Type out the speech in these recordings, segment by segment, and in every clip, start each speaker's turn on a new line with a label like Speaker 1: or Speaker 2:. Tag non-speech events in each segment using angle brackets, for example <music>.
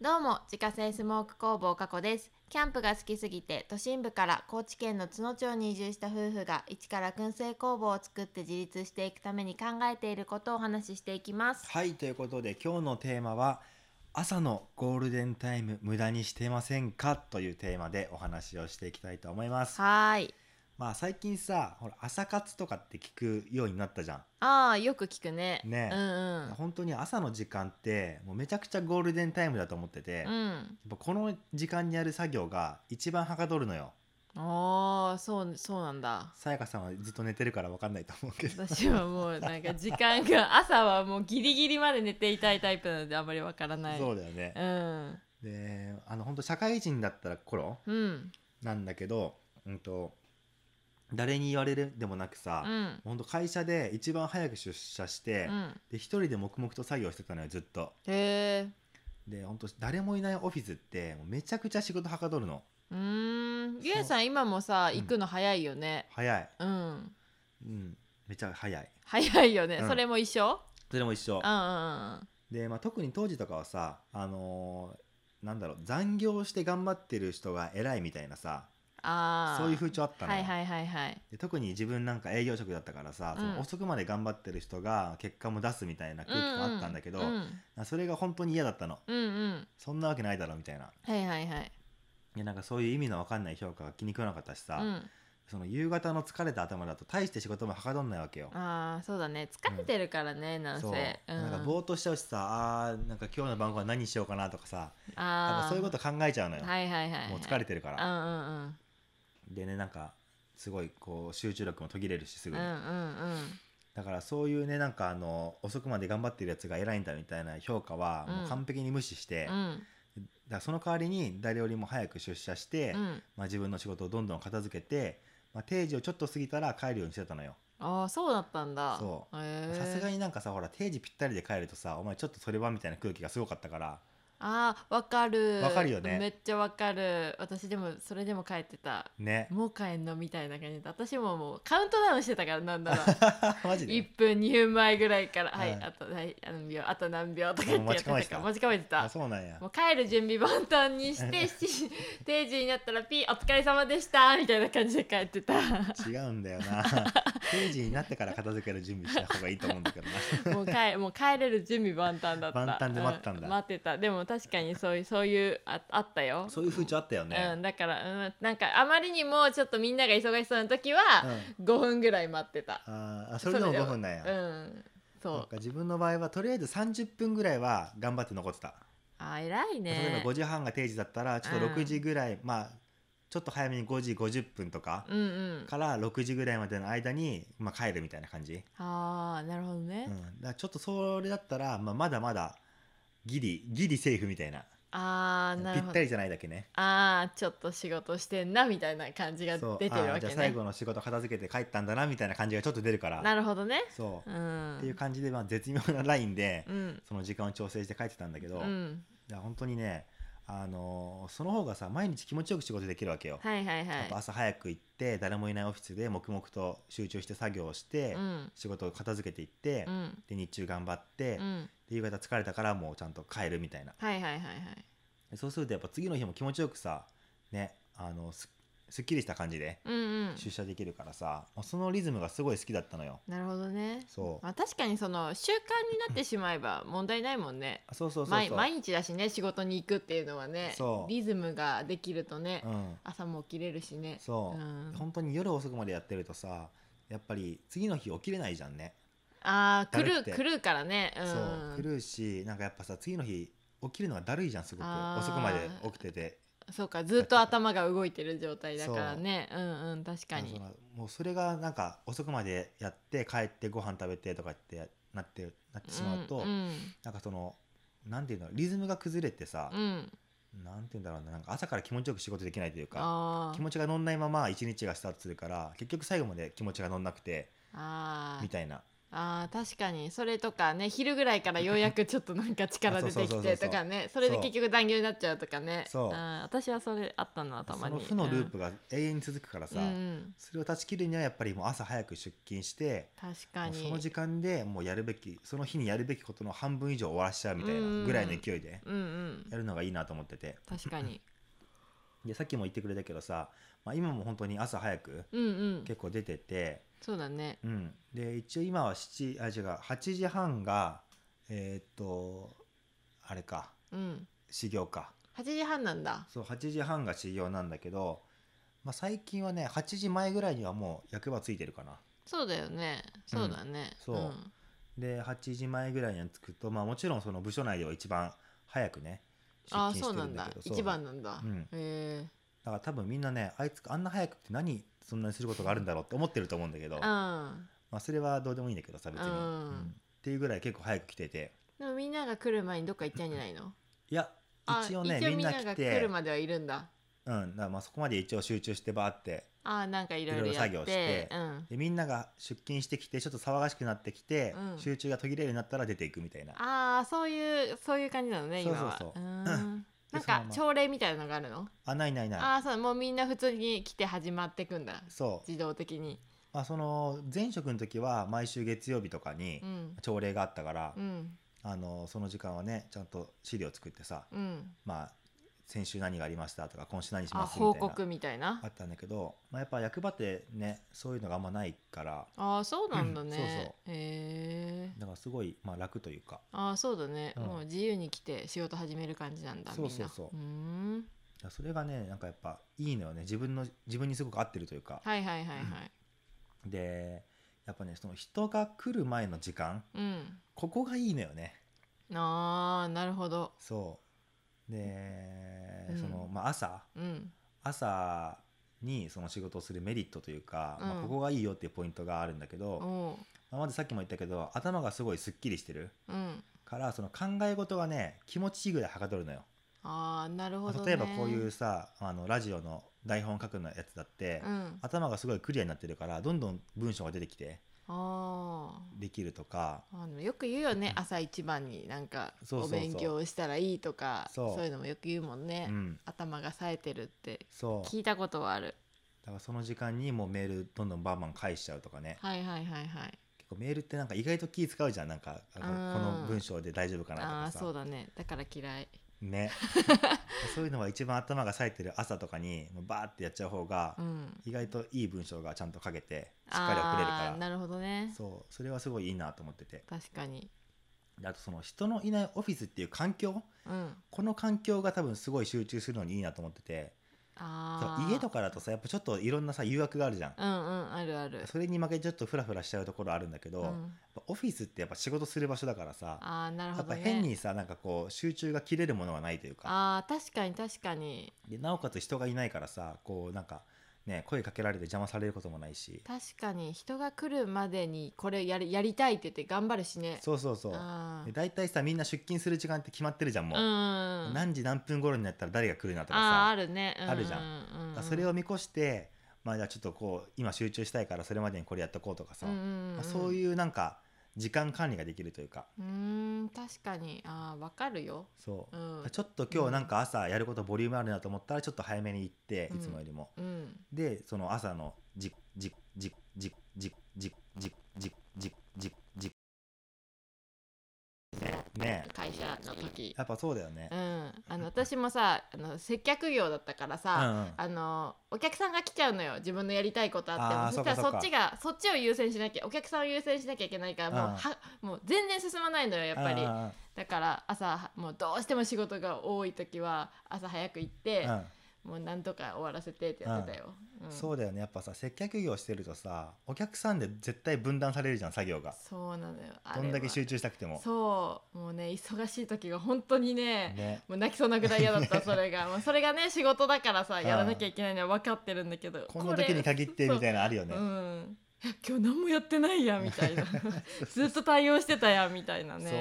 Speaker 1: どうも自家製スモーク工房加古ですキャンプが好きすぎて都心部から高知県の津野町に移住した夫婦が一から燻製工房を作って自立していくために考えていることをお話ししていきます
Speaker 2: はいということで今日のテーマは「朝のゴールデンタイム無駄にしてませんか?」というテーマでお話をしていきたいと思います。
Speaker 1: はーい
Speaker 2: まあ最近さほら朝活とかって聞くようになったじゃ
Speaker 1: ああよく聞くね
Speaker 2: ね
Speaker 1: うん
Speaker 2: ん。本当に朝の時間ってもうめちゃくちゃゴールデンタイムだと思ってて、
Speaker 1: う
Speaker 2: やっ
Speaker 1: ん
Speaker 2: ぱこの時間にやる作業が一番はかどるのよ。
Speaker 1: うんああそうそうなんだ
Speaker 2: さやかさんはずっと寝てるから分かんないと思うけど。
Speaker 1: 私はもうなんか時間が朝はもうギリギリまで寝ていたいタイプなのであんまりわからない
Speaker 2: <laughs> そうだよね
Speaker 1: う、ん
Speaker 2: であの本当社会人だったら頃
Speaker 1: うん
Speaker 2: なんだけど、うん、と誰に言われるでもなくさ、
Speaker 1: うん
Speaker 2: 本当会社で一番早く出社して、
Speaker 1: うん
Speaker 2: で一人で黙々と作業してたのよずっと
Speaker 1: へえ
Speaker 2: で本当誰もいないオフィスってもうめちゃくちゃ仕事はかどるの
Speaker 1: うーん
Speaker 2: そう
Speaker 1: ゆえさん今もさ
Speaker 2: うん
Speaker 1: 行くの早いよね
Speaker 2: 早い
Speaker 1: うん、
Speaker 2: うんめちゃ早い
Speaker 1: 早いよね、
Speaker 2: うん
Speaker 1: それも一緒
Speaker 2: それも一緒
Speaker 1: うんうん
Speaker 2: で、まあ、特に当時とかはさあのーなんだろう残業して頑張ってる人が偉いみたいなさ
Speaker 1: ああ
Speaker 2: そういう風潮あったのよ、
Speaker 1: はいはいはいはい
Speaker 2: で特に自分なんか営業職だったからさ、そ
Speaker 1: うん
Speaker 2: の遅くまで頑張ってる人が結果も出すみたいな空気があったんだけど、
Speaker 1: うんうん
Speaker 2: それが本当に嫌だったの
Speaker 1: うんうん
Speaker 2: そんなわけないだろみたいな
Speaker 1: はいはいはい
Speaker 2: でなんかそういう意味のわかんない評価が気に食わなかったしさ、
Speaker 1: うん
Speaker 2: その夕方の疲れた頭だと大して仕事もはかどんないわけよ。
Speaker 1: ああそうだね疲れてるからね、なんせ
Speaker 2: そう、なんかぼーっとしちゃうしさあーなんか今日の晩ご飯何しようかなとかさやっ
Speaker 1: あ
Speaker 2: ぱ
Speaker 1: あ
Speaker 2: そういうこと考えちゃうのよ、
Speaker 1: はいはいはい
Speaker 2: もう疲れ
Speaker 1: て
Speaker 2: てるか、
Speaker 1: かららうん
Speaker 2: でねなんかすごいこう集中力も途切れるしす
Speaker 1: うんう
Speaker 2: ぐ
Speaker 1: んう
Speaker 2: に、
Speaker 1: んうんうん
Speaker 2: だからそういうねなんかあの遅くまで頑張ってるやつが偉いんだみたいな評価はもう完璧に無視し
Speaker 1: う
Speaker 2: て、だか
Speaker 1: ん
Speaker 2: らその代わりに誰よりも早く出社して、
Speaker 1: うん
Speaker 2: まあ、自分の仕事をどんどん片付けて、まあ、定時をちょっと過ぎたら帰るようにしてたのよ。
Speaker 1: ああそうだったんだ
Speaker 2: そう
Speaker 1: へえ
Speaker 2: さすがになんかさほら定時ぴったりで帰るとさお前ちょっとそれはみたいな空気がすごかったから
Speaker 1: あーわかる
Speaker 2: わかるよね
Speaker 1: めっちゃわかる私でもそれでも帰ってた
Speaker 2: ね
Speaker 1: もう帰んのみたいな感じで私ももうカウントダウンしてたからなんだろう
Speaker 2: <laughs> マジで
Speaker 1: 1分2分前ぐらいから「はい、
Speaker 2: はい
Speaker 1: あとはいあの秒あと何秒」とか言って
Speaker 2: もう
Speaker 1: やってた
Speaker 2: 待ち構え
Speaker 1: か
Speaker 2: てた
Speaker 1: ら待ち構えて
Speaker 2: あ
Speaker 1: た
Speaker 2: そうなんや
Speaker 1: もう帰る準備万端にして
Speaker 2: <laughs>
Speaker 1: 7時定時になったら「ピーお疲れ様でした」みたいな感じで帰って
Speaker 2: <laughs>
Speaker 1: た
Speaker 2: 違うんだ
Speaker 1: <laughs>
Speaker 2: よな定時になってから片付ける準備した方がいいと思うんだけどな
Speaker 1: もう帰もう帰れる準備万端だった
Speaker 2: 万端で待ってたんだ
Speaker 1: う待ってたでも確かにそういうそういうああったよ
Speaker 2: そういう風潮あった
Speaker 1: う
Speaker 2: よね、
Speaker 1: ん、だから、うん、なんかあまりにもちょっとみんなが忙しそうな時は、5分ぐらい待ってた。
Speaker 2: あーあそれでも5分なんや、
Speaker 1: うん、そ
Speaker 2: なん
Speaker 1: う。
Speaker 2: か自分の場合はとりあえず30分ぐらいは頑張って残ってた、
Speaker 1: あ、偉い
Speaker 2: 例え
Speaker 1: ね
Speaker 2: ば。5時半が定時だったらちょっと
Speaker 1: うん
Speaker 2: 6時ぐらい、まあちょっと早めに5時50分とか
Speaker 1: うんうん。
Speaker 2: から6時ぐらいまでの間に、まあ、帰るみたいな感じ、
Speaker 1: ああ、なるほどね。
Speaker 2: うん、だからちょっとそれだったら、まあ、まだまだギリギリセーフみたいな
Speaker 1: ああ、な
Speaker 2: ぴ
Speaker 1: る
Speaker 2: っ
Speaker 1: ほ
Speaker 2: た
Speaker 1: ど。
Speaker 2: りじゃないだけね
Speaker 1: ああ、ちょっと仕事してんなみたいな感じが
Speaker 2: そう
Speaker 1: 出てる
Speaker 2: あー
Speaker 1: わけ
Speaker 2: じゃあ最
Speaker 1: ね。
Speaker 2: 後の仕事片付けて帰ったんだなみたいな感じがちょっと出るから
Speaker 1: なるほどね。
Speaker 2: そうう、
Speaker 1: ん。
Speaker 2: っていう感じで、まあ、絶妙なラインで、
Speaker 1: うん。
Speaker 2: その時間を調整して帰ってたんだけ
Speaker 1: う
Speaker 2: ど、い
Speaker 1: ん。
Speaker 2: や本当にね、あのーその方がさ毎日気持ちよく仕事できるわけよ、
Speaker 1: はいはいは
Speaker 2: やっぱ
Speaker 1: い。
Speaker 2: 朝早く行って誰もいないオフィスで黙々と集中して作業をして、
Speaker 1: うん。
Speaker 2: 仕事を片付けていって、
Speaker 1: うん。
Speaker 2: で日中頑張って、
Speaker 1: うん。
Speaker 2: で夕方疲れたからもうちゃんと帰るみたいな
Speaker 1: はいはいはいはい。
Speaker 2: でそうするとやっぱ次の日も気持ちよくさねあのすすっきりした感じで
Speaker 1: うんうん。
Speaker 2: 出社できるからさ、まあそのリズムがすごい好きだったのよ
Speaker 1: なるほどね。
Speaker 2: そう
Speaker 1: まあ、確かにその習慣になってしまえば問題ないもんね。
Speaker 2: あそうそうそう
Speaker 1: 毎
Speaker 2: そう、
Speaker 1: 毎日だしね仕事に行くっていうのはね
Speaker 2: そう
Speaker 1: リズムができるとね、
Speaker 2: うん、
Speaker 1: 朝も起きれるしね
Speaker 2: そう、
Speaker 1: ん
Speaker 2: 本当に夜遅くまでやってるとさやっぱり次の日起きれないじゃんね、
Speaker 1: あー
Speaker 2: だ
Speaker 1: 狂
Speaker 2: る
Speaker 1: う
Speaker 2: くて
Speaker 1: 狂うからねうん
Speaker 2: そう狂うしなんかやっぱさ次の日起きるのがだるいじゃんすごく
Speaker 1: あー
Speaker 2: 遅くまで起きてて
Speaker 1: そうかずっと頭が動いてる状態だからねうんうん確か
Speaker 2: そ
Speaker 1: に
Speaker 2: のもうそれがなんか遅くまでやって帰ってご飯食べてとかってなってなってしまうと、
Speaker 1: うんうん
Speaker 2: なんかそのなんていうのリズムが崩れてさ、
Speaker 1: うん
Speaker 2: なんて言うんだろうななんか朝から気持ちよく仕事できないというか
Speaker 1: あー
Speaker 2: 気持ちが乗んないまま一日がスタートするから結局最後まで気持ちが乗んなくて
Speaker 1: あー
Speaker 2: みたいな
Speaker 1: あー確かにそれとかね昼ぐらいからようやくちょっとなんか力出てきてとかねそれで結局残業になっちゃうとかね
Speaker 2: そう
Speaker 1: あー私はそれあったなたま
Speaker 2: その
Speaker 1: に
Speaker 2: 負のループ
Speaker 1: が
Speaker 2: が永遠に続くからさ、
Speaker 1: うんうん
Speaker 2: それを断ち切るにはやっぱりもう朝早く出勤して
Speaker 1: 確か
Speaker 2: もう
Speaker 1: に
Speaker 2: その時間でもうやるべきその日にやるべきことの半分以上終わらしちゃうみたいな
Speaker 1: うん
Speaker 2: ぐらいの勢いで
Speaker 1: うんうん
Speaker 2: やるのがいいなと思ってて
Speaker 1: 確かに
Speaker 2: でさっきも言ってくれたけどさ、まあ、今も本当に朝早く
Speaker 1: うんうん
Speaker 2: 結構出てて、
Speaker 1: そうだね
Speaker 2: うん、で一応今は7あ違う8時半がえーっとあれか
Speaker 1: うん
Speaker 2: 始業か
Speaker 1: 8時半なんだ
Speaker 2: そう8時半が始業なんだけど、まあ、最近はね8時前ぐらいにはもう役場ついてるかな
Speaker 1: そうだよねそうだね、
Speaker 2: そうで8時前ぐらいには着くと、まあ、もちろんその部署内では一番早くね出
Speaker 1: ああー
Speaker 2: 勤して
Speaker 1: そうな
Speaker 2: る
Speaker 1: ん
Speaker 2: んだ
Speaker 1: だ
Speaker 2: けど
Speaker 1: 一番なんだ、
Speaker 2: うん
Speaker 1: へえ
Speaker 2: だから多分みんなねあいつあんな早くって何そんなにすることがあるんだろうって思ってると思うんだけど、
Speaker 1: う
Speaker 2: ま
Speaker 1: ん
Speaker 2: あ、それはどうでもいいんだけどさ別に、
Speaker 1: うん
Speaker 2: っていうぐらい結構早く来てて
Speaker 1: でもみんなが来る前にどっか行っちゃうんじゃないの
Speaker 2: いや
Speaker 1: あ
Speaker 2: <laughs> 一応ね
Speaker 1: 一応
Speaker 2: み
Speaker 1: み
Speaker 2: ん
Speaker 1: ん
Speaker 2: な
Speaker 1: なが来
Speaker 2: 来て
Speaker 1: るまではいるんだ
Speaker 2: うん、だからまあそこまで一応集中してバーって
Speaker 1: あーなんかいろいろやって
Speaker 2: いろいろ作業して
Speaker 1: うん、
Speaker 2: でみんなが出勤してきてちょっと騒がしくなってきて、
Speaker 1: うん
Speaker 2: 集中が途切れるようになったら出ていくみたいな
Speaker 1: ああそういうそういう感じなのね今は
Speaker 2: そうそうそう
Speaker 1: ーんな
Speaker 2: で
Speaker 1: ん
Speaker 2: その
Speaker 1: か
Speaker 2: まま
Speaker 1: 朝礼みたいなのがあるの、
Speaker 2: あないない
Speaker 1: あ
Speaker 2: な
Speaker 1: あそうもうみんな普通に来て始まってくんだ
Speaker 2: いそう
Speaker 1: 自動的に
Speaker 2: まあ、その前職の時は毎週月曜日とかに
Speaker 1: うん
Speaker 2: 朝礼があったから、
Speaker 1: うん
Speaker 2: あのその時間はねちゃんと資料作ってさ、
Speaker 1: うん
Speaker 2: まあ、先週何がありましたとか今週何し
Speaker 1: あ
Speaker 2: ますみたい
Speaker 1: 報
Speaker 2: な
Speaker 1: 告みたいな
Speaker 2: あったんだけど、まあ、やっぱ役場ってねそういうのがあんまないから
Speaker 1: ああそうなんだね、
Speaker 2: うんそうそ
Speaker 1: へえ
Speaker 2: だからすごい、まあ、楽というか
Speaker 1: ああそうだね、
Speaker 2: うん
Speaker 1: もう自由に来て仕事始める感じなんだ
Speaker 2: そうそうそう
Speaker 1: みんなうーん
Speaker 2: いやそれがねなんかやっぱいいのよね自分の自分にすごく合ってるというか、
Speaker 1: はいはいはいはい
Speaker 2: でやっぱねその人が来る前の時間
Speaker 1: うん
Speaker 2: ここがいいのよね
Speaker 1: あーなるほど
Speaker 2: そうで、
Speaker 1: うん
Speaker 2: そのまあ、朝
Speaker 1: うん
Speaker 2: 朝にその仕事をするメリットというか、ま
Speaker 1: う
Speaker 2: あ、
Speaker 1: ん
Speaker 2: ここがいいよっていうポイントがあるんだけど、ま
Speaker 1: おう
Speaker 2: あまずさっきも言ったけど頭がすごいすっきりしてる
Speaker 1: うん
Speaker 2: からその考え事がね気持ちいいぐらいはかどるのよ。
Speaker 1: あーなるほど、ね、
Speaker 2: 例えばこういうさあのラジオの台本書くのやつだって、
Speaker 1: うん、あ
Speaker 2: 頭がすごいクリアになってるからどんどん文章が出てきて
Speaker 1: あ
Speaker 2: できるとか
Speaker 1: ーあのよく言うよね朝一番になんか
Speaker 2: そう
Speaker 1: お
Speaker 2: そうそう
Speaker 1: 勉強をしたらいいとか
Speaker 2: そう
Speaker 1: いうのもよく言うもんね、
Speaker 2: うん
Speaker 1: 頭が冴えてるって
Speaker 2: そう
Speaker 1: 聞いたことはある
Speaker 2: だからその時間にもうメールどんどんバンバン返しちゃうとかね
Speaker 1: はいはいはいはい
Speaker 2: 結構メールってなんか意外と気使うじゃんなんかあの
Speaker 1: あー
Speaker 2: この文章で大丈夫か
Speaker 1: あ
Speaker 2: な
Speaker 1: あー
Speaker 2: とかさ
Speaker 1: そうだねだから嫌い
Speaker 2: ね
Speaker 1: <laughs>
Speaker 2: そういうのは一番頭が冴えてる朝とかにもうバーってやっちゃう方が
Speaker 1: うん
Speaker 2: 意外といい文章がちゃんと書けてしっかり送れ
Speaker 1: あ
Speaker 2: るか
Speaker 1: あー
Speaker 2: ら
Speaker 1: なるほどね
Speaker 2: そうそれはすごいいいなと思ってて
Speaker 1: 確かに
Speaker 2: であとその人のいないオフィスっていう環境
Speaker 1: うん
Speaker 2: この環境が多分すごい集中するのにいいなと思ってて
Speaker 1: ああ
Speaker 2: 家と
Speaker 1: か
Speaker 2: かだとさやっぱちょっといろんなさ誘惑があるじゃん
Speaker 1: うんうんあるある
Speaker 2: それに負けてちょっとフラフラしちゃうところあるんだけど、
Speaker 1: う
Speaker 2: やっ
Speaker 1: ん、
Speaker 2: ぱオフィスってやっぱ仕事する場所だからさ
Speaker 1: ああなる
Speaker 2: や
Speaker 1: ほ
Speaker 2: っ
Speaker 1: ど
Speaker 2: ぱ
Speaker 1: ね
Speaker 2: 変にさなんかこう集中が切れるものがないというか
Speaker 1: ああ確かに確かに
Speaker 2: でなおかつ人がいないからさこうなんかね声かけられて邪魔されることもないし
Speaker 1: 確かに人が来るまでにこれやりやりたいって言って頑張るしね
Speaker 2: そうそうそう
Speaker 1: あ
Speaker 2: で
Speaker 1: ー
Speaker 2: 大体さみんな出勤する時間って決まってるじゃんも
Speaker 1: う
Speaker 2: う、
Speaker 1: んうん
Speaker 2: 何時何分頃になったら誰が来るなとか
Speaker 1: あーあ
Speaker 2: さ
Speaker 1: るね、う
Speaker 2: あるじゃ
Speaker 1: ん
Speaker 2: ん
Speaker 1: う
Speaker 2: だ
Speaker 1: ん
Speaker 2: からそれを見越してまあじゃあちょっとこう今集中したいからそれまでにこれやっとこうとかさ、
Speaker 1: うんうん
Speaker 2: まあ、そういうなんか時間管理ができるというか
Speaker 1: うんうーん確かにああわかるよ
Speaker 2: そう、
Speaker 1: うん
Speaker 2: ちょっと今日なんか朝やることボリュームあるなと思ったらちょっと早めに行って、
Speaker 1: うん
Speaker 2: いつもよりも
Speaker 1: うん
Speaker 2: でその朝のじじじじじじじじじじじねね
Speaker 1: 会社の時
Speaker 2: やっぱそうだよね
Speaker 1: うんあの私もさあの接客業だったから
Speaker 2: うんう
Speaker 1: さ、
Speaker 2: ん
Speaker 1: あのお客さんが来ちゃうのよ自分のやりたいことあっても
Speaker 2: あー
Speaker 1: そしたら
Speaker 2: そ
Speaker 1: そ
Speaker 2: っかそっか
Speaker 1: っちがそっちを優先しなきゃお客さんを優先しなきゃいけないからもう,、
Speaker 2: うん
Speaker 1: はもう全然進まないのよやっぱり
Speaker 2: うん
Speaker 1: だから朝もうどうしても仕事が多い時は朝早く行って、
Speaker 2: うん
Speaker 1: もうなんとか終わらせてってやってたよ、うん
Speaker 2: そうだよねやっぱさ接客業してるとさお客さんで絶対分断されるじゃん作業が
Speaker 1: そうなのよあれ
Speaker 2: ど
Speaker 1: は
Speaker 2: んだけ集中したくても
Speaker 1: そうもうね忙しい時が本当にね
Speaker 2: ね
Speaker 1: もう泣きそうなぐらい嫌だったそれ
Speaker 2: <laughs>
Speaker 1: がもうそれがね仕事だからさやらなきゃいけないのは分かってるんだけど
Speaker 2: この時に限ってみたいなのあるよね
Speaker 1: うん、今日何もやってないやみた
Speaker 2: <laughs>
Speaker 1: いなずっと対応してたやみたいな
Speaker 2: そう
Speaker 1: ね
Speaker 2: だか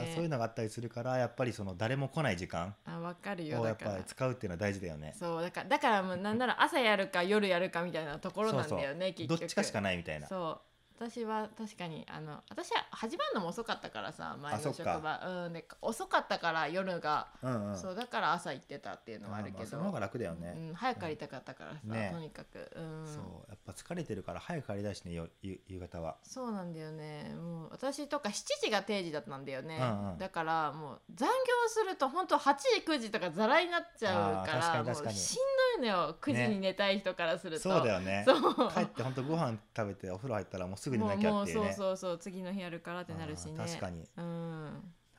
Speaker 2: ら
Speaker 1: ね
Speaker 2: そういうのがあったりするからやっぱりその誰も来ない時間
Speaker 1: あ分かるよ
Speaker 2: をや
Speaker 1: だ
Speaker 2: っ
Speaker 1: から
Speaker 2: ぱり使うっていうのは大事だよね
Speaker 1: そうだからだからもうなんなら朝やるか夜やるかみたいなところなんだよね
Speaker 2: どっ
Speaker 1: 結局
Speaker 2: ちかしかないみたいな
Speaker 1: そう私は確かにあの私は始まるのも遅かったからさ前
Speaker 2: あそ
Speaker 1: の
Speaker 2: っか
Speaker 1: 職場うんで遅かったから夜が、
Speaker 2: うんうん
Speaker 1: そうだから朝行ってたっていうのはある
Speaker 2: ま
Speaker 1: け
Speaker 2: あそ
Speaker 1: ど、
Speaker 2: の方が楽だよ
Speaker 1: う
Speaker 2: ね、
Speaker 1: ん、早く帰りたかったからさ、
Speaker 2: ね
Speaker 1: とにかく、うん、
Speaker 2: そうやっぱ疲れてるから早く帰りたいしねよゆ夕方は
Speaker 1: そうなんだよねもう私とか7時が定時だったんだよね、
Speaker 2: うんうん
Speaker 1: だからもう残業すると本当8時9時とかざらになっちゃうか
Speaker 2: あー
Speaker 1: ら
Speaker 2: 確かに確かに
Speaker 1: もうしんどいのよ9時に寝たい人からすると、
Speaker 2: そうだよね
Speaker 1: そう
Speaker 2: 帰ってほんとご飯食べてお風呂入ったらもうすぐ寝
Speaker 1: も
Speaker 2: な
Speaker 1: う
Speaker 2: き
Speaker 1: も
Speaker 2: ゃっ
Speaker 1: う
Speaker 2: ていう
Speaker 1: そう
Speaker 2: ね
Speaker 1: そうそう次の日やるからってなるしね
Speaker 2: あー確かに
Speaker 1: うん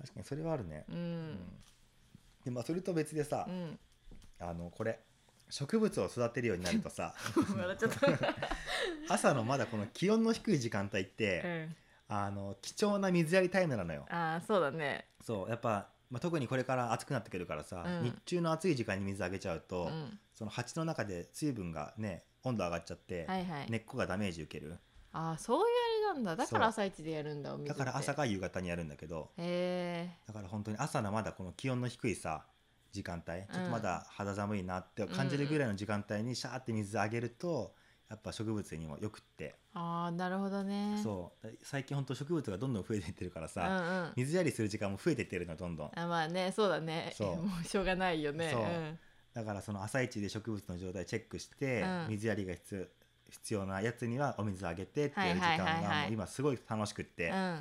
Speaker 2: 確かにそれはあるね
Speaker 1: う
Speaker 2: うん
Speaker 1: ん
Speaker 2: でまあそれと別でさ
Speaker 1: う、ん
Speaker 2: あのこれ植物を育てるようになる
Speaker 1: <laughs>
Speaker 2: とさ
Speaker 1: 笑っちゃっ
Speaker 2: <laughs>
Speaker 1: た、
Speaker 2: 朝のまだこの気温の低い時間帯って、
Speaker 1: うん、
Speaker 2: あの貴重な水やりタイムなのよ
Speaker 1: ああそうだね
Speaker 2: そうやっぱ、まあ、特にこれから暑くなってくるからさ、
Speaker 1: うん
Speaker 2: 日中の暑い時間に水あげちゃう
Speaker 1: う
Speaker 2: と、
Speaker 1: ん
Speaker 2: その鉢の中で水分がね温度上がっちゃって、
Speaker 1: はいはい、
Speaker 2: 根っこがダメージ受ける
Speaker 1: ああそういうあれなんだだから
Speaker 2: そう
Speaker 1: 朝一でやるんだお水
Speaker 2: だから朝
Speaker 1: か
Speaker 2: か夕方にやるんだけど
Speaker 1: へえ
Speaker 2: だから本当に朝のまだこの気温の低いさ時間帯ちょっとまだ肌寒いなって感じるぐらいの時間帯にシャーって水あげると、やっぱ植物にもよくって、
Speaker 1: ああなるほどねう
Speaker 2: そう最近本当植物がどんどん増えていってるから
Speaker 1: うんう
Speaker 2: さ、
Speaker 1: ん
Speaker 2: 水やりする時間も増えていってるのどんどん
Speaker 1: あまあねそうだね
Speaker 2: そう
Speaker 1: <laughs> もうしょうがないよね
Speaker 2: そうんだからその朝一で植物の状態チェックして、
Speaker 1: うん
Speaker 2: 水やりが必要必要なやつにはお水あげてってい
Speaker 1: はい
Speaker 2: う時
Speaker 1: はい
Speaker 2: 間
Speaker 1: はいはい
Speaker 2: がもう今すごい楽しくって、
Speaker 1: うん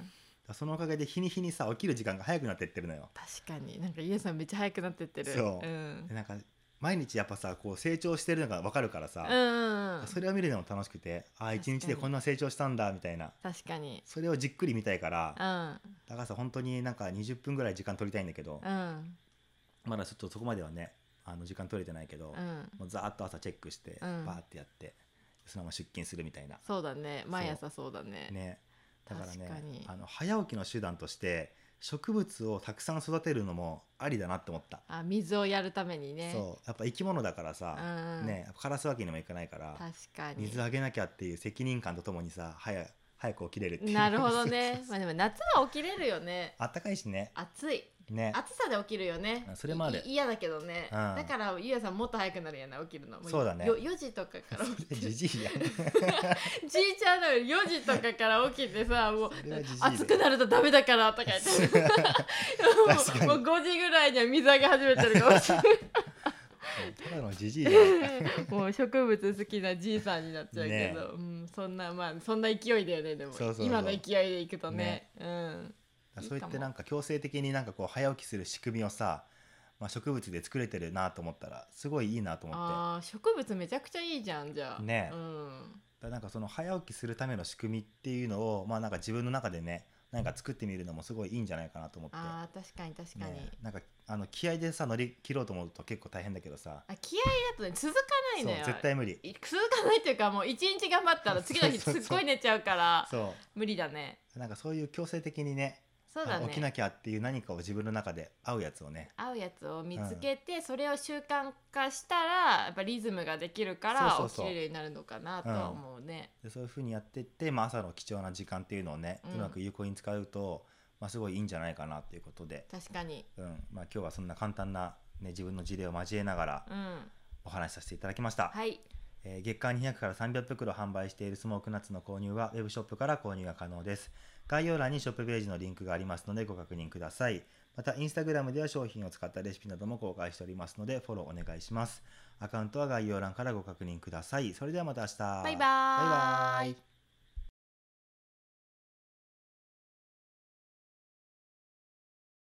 Speaker 2: そのおかげで日に日にさ起きる時間が早くなってってるのよ。
Speaker 1: 確かになんかゆうさんめっちゃ早くなってってる
Speaker 2: そう
Speaker 1: うん
Speaker 2: でなんか毎日やっぱさこう成長してるのが分かるからさ
Speaker 1: うん、うんうん
Speaker 2: それを見るのも楽しくてああ
Speaker 1: 確か
Speaker 2: 一
Speaker 1: に
Speaker 2: 日でこんな成長したんだみたいな
Speaker 1: 確かに
Speaker 2: それをじっくり見たいから
Speaker 1: うん
Speaker 2: だからさ本当になんか20分ぐらい時間取りたいんだけど
Speaker 1: うん
Speaker 2: まだちょっとそこまではねあの時間取れてないけど、
Speaker 1: うん
Speaker 2: もうざーっと朝チェックして
Speaker 1: う
Speaker 2: バ
Speaker 1: ん
Speaker 2: ーってやってそのまま出勤するみたいな、
Speaker 1: そうだね毎朝そうだね
Speaker 2: ねだからね
Speaker 1: 確かに
Speaker 2: あの早起きの手段として植物をたくさん育てるのもありだなって思った、
Speaker 1: あ水をやるためにね
Speaker 2: そうやっぱ生き物だからさ、
Speaker 1: うんうん
Speaker 2: ねやっぱ枯らすわけにもいかないから
Speaker 1: 確かに
Speaker 2: 水あげなきゃっていう責任感とともにさ早早く起きれるっていう
Speaker 1: なるほど
Speaker 2: そう
Speaker 1: ね
Speaker 2: そうそう
Speaker 1: まあでも夏は起きれるよね
Speaker 2: <laughs> あったかいしね
Speaker 1: 暑い
Speaker 2: ね
Speaker 1: 暑さで起きるよね
Speaker 2: うんそれもある
Speaker 1: い嫌だけどね、
Speaker 2: うん
Speaker 1: だからゆうやさんもっと早くなるやな起きるのも
Speaker 2: そうだね
Speaker 1: よ4時とかから起
Speaker 2: <laughs>
Speaker 1: きて
Speaker 2: じじいやん
Speaker 1: じいちゃんの4時とかから起きて
Speaker 2: <laughs>
Speaker 1: さもう
Speaker 2: それはジジイだよ
Speaker 1: 暑くなるとダメだからとか言っ
Speaker 2: <laughs>
Speaker 1: て
Speaker 2: 確かに
Speaker 1: もうもう5時ぐらいには水あげ始めてるかもし
Speaker 2: <laughs>
Speaker 1: れない
Speaker 2: ただのじじいやん
Speaker 1: もう植物好きなじいさんになっちゃうけど、う
Speaker 2: ね
Speaker 1: ん、そんなまあそんな勢いだよねでも
Speaker 2: そうそうそう
Speaker 1: 今の勢いでいくとねうん
Speaker 2: そうやってなんか強制的になんかこう早起きする仕組みをさ、まあ、植物で作れてるなと思ったらすごいいいなと思ってだか
Speaker 1: あー植物めちゃくちゃいいじゃんじゃあ
Speaker 2: ね
Speaker 1: うん
Speaker 2: らなんかその早起きするための仕組みっていうのをまあなんか自分の中でねなんか作ってみるのもすごいいいんじゃないかなと思って、
Speaker 1: あー確かに確かに、
Speaker 2: ね、なんかあの気合でさ乗り切ろうと思うと結構大変だけどさ
Speaker 1: あ気合だとね続かない
Speaker 2: そ
Speaker 1: の
Speaker 2: う
Speaker 1: よ
Speaker 2: 絶対無理
Speaker 1: い続かないっていうかもう一日頑張ったら次の日
Speaker 2: そうそう
Speaker 1: す
Speaker 2: そ
Speaker 1: っご
Speaker 2: う
Speaker 1: い寝ちゃうから
Speaker 2: そ
Speaker 1: 無理だね
Speaker 2: うなんかそういう強制的にね
Speaker 1: そうだ
Speaker 2: あ
Speaker 1: ね
Speaker 2: 起きなきゃっていう何かを自分の中で合うやつをね
Speaker 1: 合うやつを見つけて、それを習慣化したらやっぱリズムができるから
Speaker 2: そうそう
Speaker 1: 起き
Speaker 2: そう
Speaker 1: れるようになるのかなとは思うね、
Speaker 2: でそういうふうにやってって、まあ、朝の貴重な時間っていうのをね、
Speaker 1: うん
Speaker 2: うまく有効に使うと、まあ、すごいいいんじゃないかなっていうことで、
Speaker 1: 確かに
Speaker 2: うんまあ、今日はそんな簡単な、ね、自分の事例を交えながら
Speaker 1: うん
Speaker 2: お話しさせていただきました、
Speaker 1: はい
Speaker 2: えー月間200から300袋販売しているスモークナッツの購入はウェブショップから購入が可能です概要欄にショップページのリンクがありますのでご確認くださいまたインスタグラムでは商品を使ったレシピなども公開しておりますのでフォローお願いしますアカウントは概要欄からご確認くださいそれではまた明日
Speaker 1: バイバーイ
Speaker 2: バイバーイ